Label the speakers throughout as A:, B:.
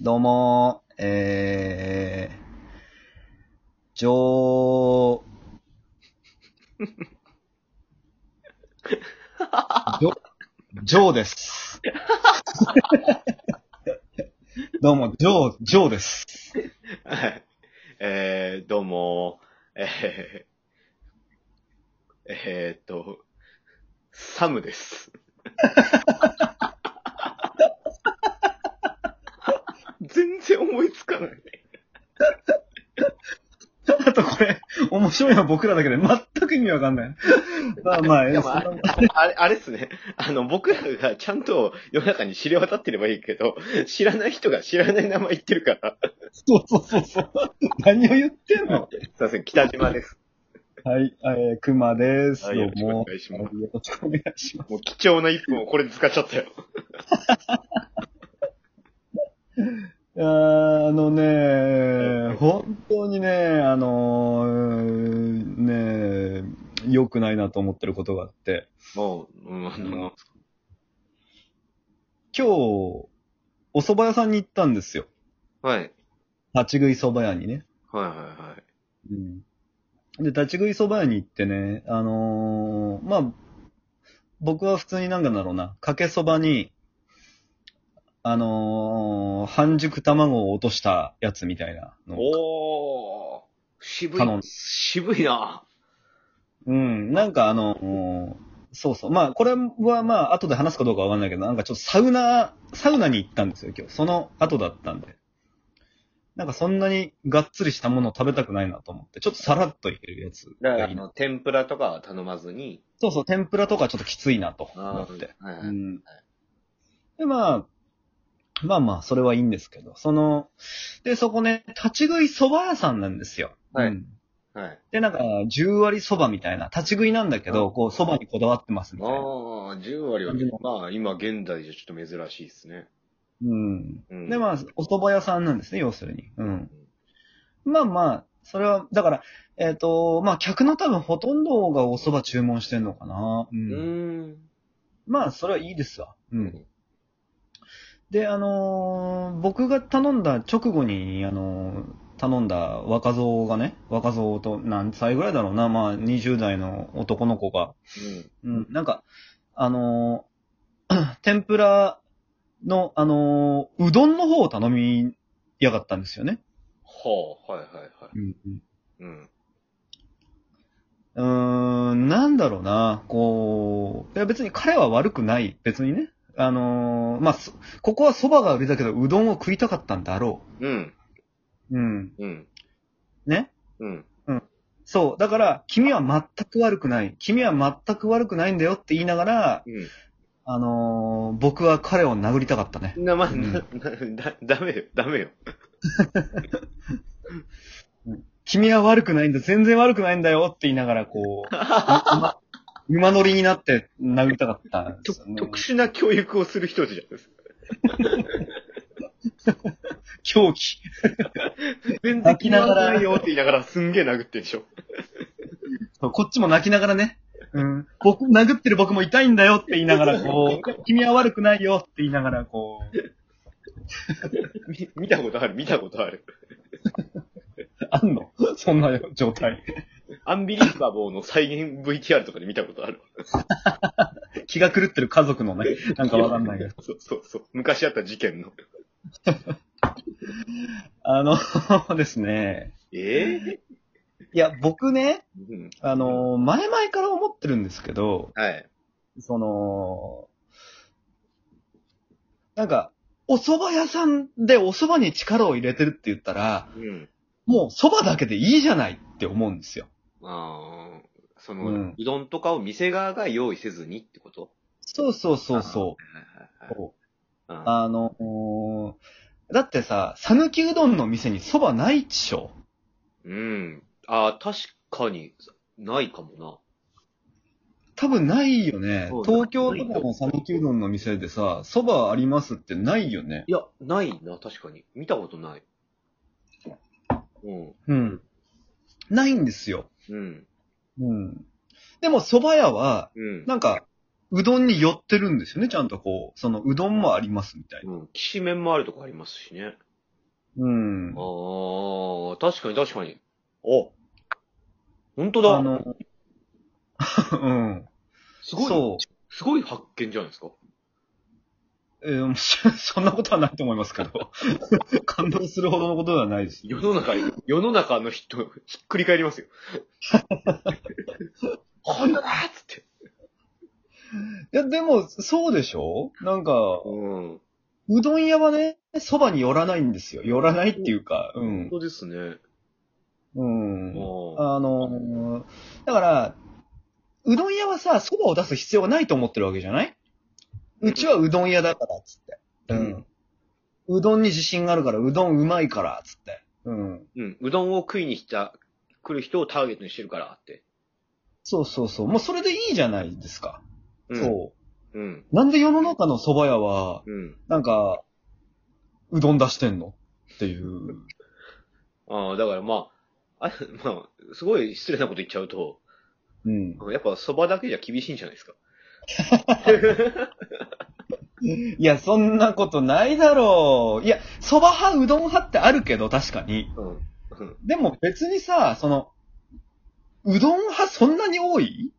A: どうもー、えー、上、上、上です。どうも、上、上です。
B: はい。 えー、どうも、えー、えーっと、サムです。全然思いつかない。
A: あとこれ、面白いのは僕らだけで全く意味わかんない。まあまあ、え
B: で
A: ー
B: も
A: そ
B: あ
A: んな
B: あれ、あれっすね。あの、僕らがちゃんと世の中に知れ渡ってればいいけど、知らない人が知らない名前言ってるから。
A: そうそうそうそう。何を言ってんの
B: すいません、北島です。
A: はい、えー、熊です。
B: はい
A: どうも。
B: よろしくお願いします
A: よろしくお願いします。
B: もう貴重な一分をこれで使っちゃったよ。
A: いやーあのね、本当にね、あのー、ね、良くないなと思ってることがあって、
B: もう、うん、あの、
A: 今日、お蕎麦屋さんに行ったんですよ。
B: はい。
A: 立ち食い蕎麦屋にね。
B: はいはいはい。
A: うん。で、立ち食い蕎麦屋に行ってね、あのー、まあ、僕は普通になんかだろうな、かけ蕎麦に、あのー、半熟卵を落としたやつみたいなのを
B: おー、渋
A: カノン
B: い、渋いな。
A: うん、なんかあの、うんそうそう。まあ、これはまあ、後で話すかどうかわかんないけど、なんかちょっとサウナ、サウナに行ったんですよ、今日。その後だったんで。なんかそんなにがっつりしたものを食べたくないなと思って、ちょっとさらっといけるやつ
B: だから、
A: が
B: あ
A: いいな。
B: の、天ぷらとかは頼まずに、
A: そうそう、天ぷらとかちょっときついなと思
B: あ
A: って。
B: あ、はいは
A: う
B: い。
A: ん。で、まあ、まあまあ、それはいいんですけど、その、で、そこね、立ち食い蕎麦屋さんなんですよ。
B: はい
A: うん
B: はい。
A: で、なんか、10割蕎麦みたいな、立ち食いなんだけど、
B: うん
A: こう、蕎麦にこだわってますみたいな。
B: ああ、10割は
A: 感じの、
B: まあ、今現在じゃちょっと珍しいですね。
A: うん。
B: うん
A: で、まあ、お蕎麦屋さんなんですね、要するに。うん。まあまあ、それは、だから、えっ、と、まあ、客の多分ほとんどがお蕎麦注文してんのかな。う。
B: うんん。
A: まあ、それはいいですわ。う。。
B: うん
A: で、あのー僕が頼んだ直後に、あのー頼んだ若造がね、若造と何歳ぐらいだろうな、まあ、20代の男の子が、うん、なんか、あのー 天ぷらの、あのーうどんの方を頼みやがったんですよね。
B: はあ、はいはいは
A: うん、
B: い。うん。
A: うーん、なんだろうな、こう、いや別に彼は悪くない、別にね。あのーまあ、そここは蕎麦が売りだけど、うどんを食いたかったんだろ
B: うん。
A: う。うん。
B: うん。
A: ね。
B: うん。
A: そう。だから、君は全く悪くない。君は全く悪くないんだよって言いながら、
B: う
A: あのー僕は彼を殴りたかったね。
B: ん。な、まあ、
A: うん
B: な、な、だ、ダメよ、ダメよ。
A: 君は悪くないんだ、全然悪くないんだよって言いながら、こう、馬馬乗りになって殴りたかったんで
B: と
A: すよね。
B: 特殊な教育をする人じゃ ないですか。
A: 狂気。
B: 全然
A: 泣き
B: 気にな
A: ながら
B: らないよって言いながら、すんげえ殴ってんでしょ。
A: そうこっちも泣きながらね、うん、僕、殴ってる僕も痛いんだよって言いながら、こう、君は悪くないよって言いながら、こう、
B: み見たことある、見たことある。
A: あんのそんな状態。
B: アンビリーバボーの再現 VTR とかで見たことある。
A: 気が狂ってる家族のね、なんかわかんないけど。
B: そうそうそう。昔あった事件の。
A: あの ですね、
B: ええ
A: いや、僕ね、
B: うん。
A: あの、前々から思ってるんですけど、
B: はい。
A: その、なんか、お蕎麦屋さんでお蕎麦に力を入れてるって言ったら、
B: うん。
A: もう蕎麦だけでいいじゃないって思うんですよ。
B: ああ、その、
A: う
B: うんどんとかを店側が用意せずにってこと。
A: そうそうそうそうう。
B: はいはいはい。
A: あのーだってさ、讃岐うどんの店に蕎麦ないっしょ。
B: うん。ああ、確かに、ないかも
A: 多分ないよね
B: そう。だ
A: 東京とかの讃岐うどんの店でさ、蕎麦ありますってないよね
B: な。。いや、ないな、確かに。見たことない。うん。
A: うん。ないんですよ。
B: うん。
A: うん。でも蕎麦屋は、
B: うん。
A: なんか、うどんに寄ってるんですよね、ちゃんとこう。その、うどんもありますみたいな。
B: うん。きしめんもあるとこありますしね。
A: うん。
B: ああ、確かに確かに。
C: お、
B: 本当
A: あ
B: だ。
A: の、うん。
B: すごい、
A: そ
B: すごい発見じゃないですか。
A: う。えー そんなことはないと思いますけど。 感動するほどのことではないです。
B: 世の中、世の中の人、ひっくり返ります よ。こんなだーっつって。
A: いや、でも、そうでしょなんか、
B: うん。
A: うどん屋はね、そばに寄らないんですよ。寄らないっていうか、う
B: 本
A: ん。
B: 当ですね。
A: うん。
B: あ
A: あのーだから、うどん屋はさ、蕎麦を出す必要がないと思ってるわけじゃない
B: うん
A: うちはうどん屋だから、つって。
B: う
A: うんん。うどんに自信があるから、うどんうまいから、つって。うん。
B: うん。うどんを食いに来た、来る人をターゲットにしてるからって。
A: そうそうそう。もうそれでいいじゃないですか。
B: うん、。
A: そう
B: うん。
A: う。なんで世の中の蕎麦屋は、
B: うん。
A: なんか、うどん出してんのっていう。
B: ああ、だからまあ、あ、まあ、すごい失礼なこと言っちゃうと、
A: うん。
B: やっぱそばだけじゃ厳しいんじゃな いですか。
A: いや、そんなことないだろう。いや、蕎麦派、うどん派ってあるけど、確かに。
B: うん。
A: でも別にさ、その、うどん派そんなに多い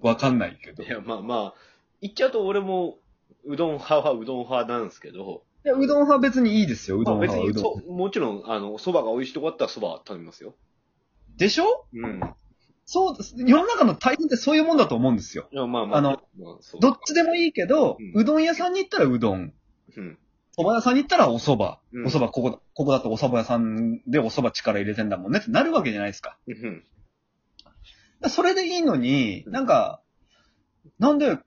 A: わかんないけど。
B: い
A: いや、
B: や、まあまあ、言っちゃうと俺も、うどん派はうどん派なんですけど、
A: うどん派別にいいですよ、うどん
B: まあ別
A: 派はう
B: に
A: どん
B: そう、もちろん、あの、蕎麦が美味しいとこあったら蕎麦頼みますよ。
A: でしょ
B: うん。
A: そうです、世の中の大半ってそういうもんだと思うんですよ。
B: いやまあまあ、
A: あの
B: まあ、そう
A: どっちでもいいけど、
B: うん
A: うどん屋さんに行ったらうどん。
B: うん。
A: 蕎麦屋さんに行ったらお蕎麦。
B: うん
A: お蕎麦、ここ、ここだとお蕎麦屋さんでお蕎麦力入れてんだもんねってなるわけじゃないですか。
B: うん。
A: それでいいのに、なんか、なんで、なんか、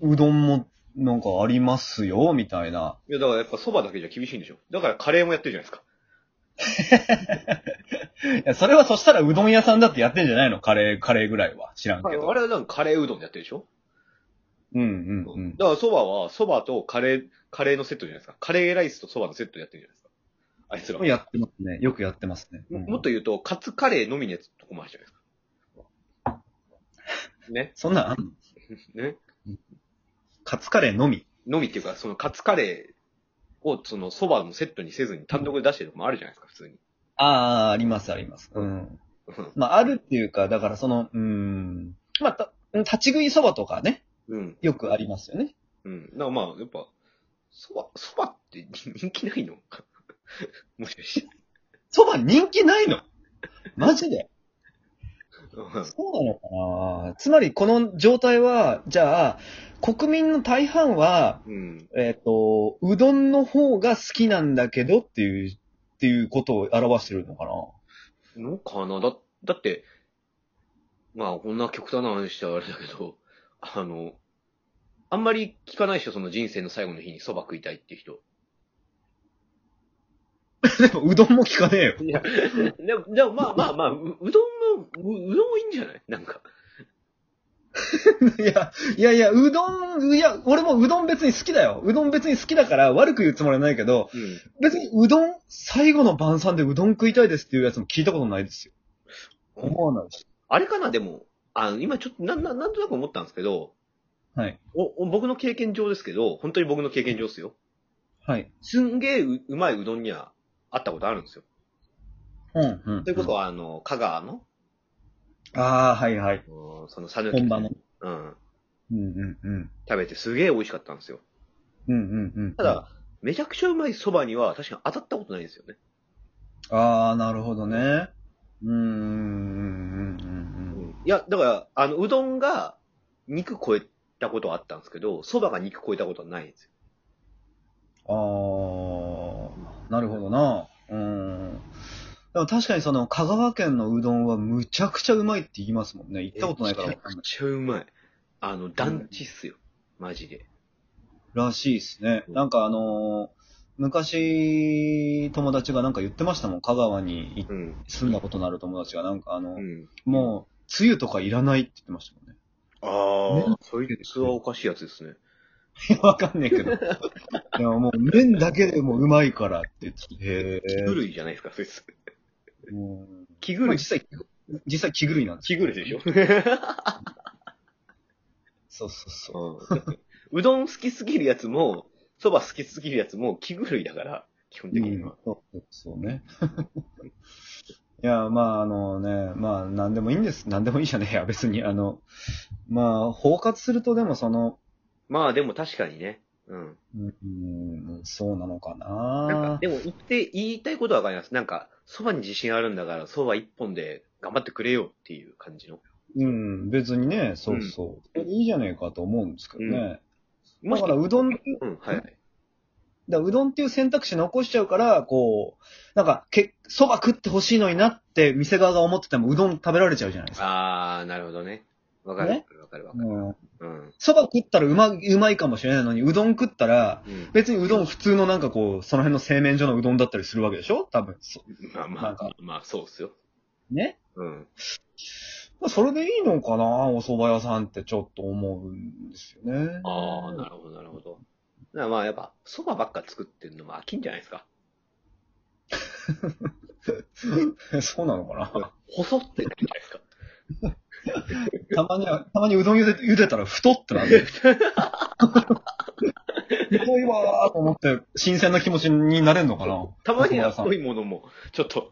A: うどんも、なんかありますよ、みたいな。
B: いや、だからやっぱ蕎麦だけじゃ厳しいんでしょ。だからカレーもやってるじゃないですか。
A: いや、それはそしたらうどん屋さんだってやってんじゃないのカレー、カレーぐらいは。知らん
B: あ
A: け
B: れ
A: ど。
B: はなんかカレーうどんでやってるでしょ。
A: うんうんうん。
B: だから蕎麦は、蕎麦とカレー、カレーのセットじゃないですか。カレーライスと蕎麦のセットでやってるじゃないですか。あいつら。
A: やってますね。よくやってますね。
B: も
A: うん
B: もっと言うと、カツカレーのみのやつとこもあるじゃ ないです
A: そんなんあんの
B: か。ね。ね。
A: カツカレーのみ。
B: のみっていうか、そのカツカレーを、その蕎麦のセットにせずに単独で出してるとこもあるじゃないですか、普通に。
A: ああ、ありますあります。うん。まあ、あるっていうか、だからその、うーん。まあ、た、立ち食いそばとかね、
B: うん。
A: よくありますよね。
B: うん。だからまあ、やっぱ、蕎麦、蕎麦って人気ないの もしかして。
A: そば人気ないのマジで
B: うん
A: そうなのかなつまりこの状態は、じゃあ、国民の大半は、
B: うん。
A: えっ、と、うどんの方が好きなんだけどっていう、っていうことを表してるのかな
B: のかなだ、だって、まあ、こんな極端な話しちゃあれだけど、あの、あんまり聞かないでしょ、その人生の最後の日に蕎麦食いたいっていう人。
A: でも、うどんも聞かねえよ。
B: いや、 でも、でもまあまあまあ、ううどんも、ううどんもいいんじゃないなんか。
A: いや、いやいや、うどん、いや、俺もうどん別に好きだよ。うどん別に好きだから悪く言うつもりはないけど、
B: うん。
A: 別にうどん、最後の晩餐でうどん食いたいですっていうやつも聞いたことないですよ。思わないし。
B: あれかな、でも、あの、今ちょっと、なん、なんなんとなく思ったんですけど、
A: はい。
B: お、お僕の経験上ですけど、本当に僕の経験上ですよ。
A: はい。
B: すんげえううまいうどんにはあったことあるんですよ。
A: うん、うん。
B: ということは、あの、香川の、
A: ああ、はいはい。
B: うんその、さぬき
A: 本場の。
B: うん。
A: うん、うん、うん。
B: 食べてすげえ美味しかったんですよ。
A: うん、うん、うん。
B: ただ、めちゃくちゃうまい蕎麦には確かに当たったことないんですよね。
A: ああ、なるほどね。うーんうんうんうん。
B: いや、だから、あの、うどんが肉超えたことはあったんですけど、蕎麦が肉超えたことはないんですよ。
A: ああ、なるほどな。うん。でも確かにその、香川県のうどんはむちゃくちゃうまいって言いますもんね。行ったことないから
B: め
A: わ
B: ち
A: か
B: ゃ
A: んな
B: く
A: い。
B: ちゃうまい。あの、団地っすよ。マジで。
A: らしいですね。なんかあのー昔、友達がなんか言ってましたもん。香川に行っ
B: うん。
A: 住んだことのある友達が、なんかあの、
B: うん。
A: もう、梅雨とかいらないって言ってましたもんね。
B: ああ、
A: ね
B: そいつはおかしいやつですね。
A: いやわかんねえけど。いや、もう麺だけでもうまいからって言ってて。へ
B: 気狂いじゃないですか、そいつ。
A: え。うん
B: 気
A: ま
B: 狂
A: あ
B: い。
A: 実際、実際気狂いなんです
B: 気
A: よ
B: 狂いでしょ
A: そうそうそう。
B: うんうどん好きすぎるやつも、蕎麦好きすぎるやつも気狂いだから、基本
A: う
B: 的には
A: ん。そうそうね。 いや、まあ、あのね、まあ、なんでもいいんです。なんでもいいじゃねえや、別に。あの、まあ、包括すると、でもその、
B: まあでも確かにね。うん。
A: うんうん、そうなのか
B: なん
A: な
B: か、でも言って、言いたいことはわかります。なんか、そばに自信あるんだから、そば一本で頑張ってくれよっていう感じの。
A: うん、別にね、そうそう。いいじゃねえかと思うんですけどね。
B: も
A: だか
B: し
A: ら、うどん、だか
B: うん、はいはい。
A: らうどんっていう選択肢残しちゃうから、こう、なんか、け、蕎麦食ってほしいのになって、店側が思ってても、うどん食べられちゃうじゃないですか。
B: あー、なるほどね。わかる
A: ね。
B: わかるわ
A: う
B: かる。
A: ん。
B: うん。
A: 蕎麦食ったらうま、うまいかもしれないのに、うどん食ったら、
B: うん。
A: 別にうどん普通のなんかこう、その辺の製麺所のうどんだったりするわけでしょ多分。そ
B: まあま
A: なん
B: あ
A: か、
B: まあそうっすよ。
A: ね。
B: うん。
A: まあ、それでいいのかなお蕎麦屋さんってちょっと思うんですよね。
B: あー、なるほど、なるほど。だからまあやっぱ、そばばっか作ってんのも飽きんじゃないですか。
A: そうなのかな
B: 細ってなるじゃないですか。
A: たまには、たまにうどん茹で茹でたら太ってなる。 太いわーと思って、新鮮な気持ちになれるのかな
B: たまに
A: お
B: は
A: 蕎
B: 太
A: 麦
B: いものも、ちょっ と、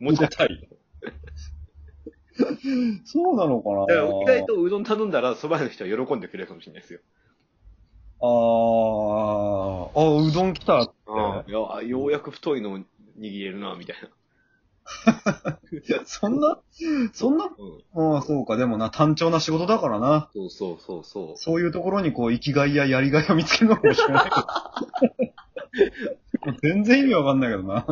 B: 持
A: 屋
B: ち
A: さん
B: 帰
A: 茹でたい。そうなのかな
B: だから、意外とうどん頼んだら、そば屋の人は喜んでくれるかもしれないですよ。
A: あーあ、うどん来たら
B: いや、ようやく太いのを握れるな、みたいな。
A: そんな、そんな、
B: うん。
A: ああ、そうか、でもな、単調な仕事だからな。
B: そうそうそうそ
A: そういうところにこう、生きがいややりがいを見つけるのかもしれない けど。全然意味わかんないけどな。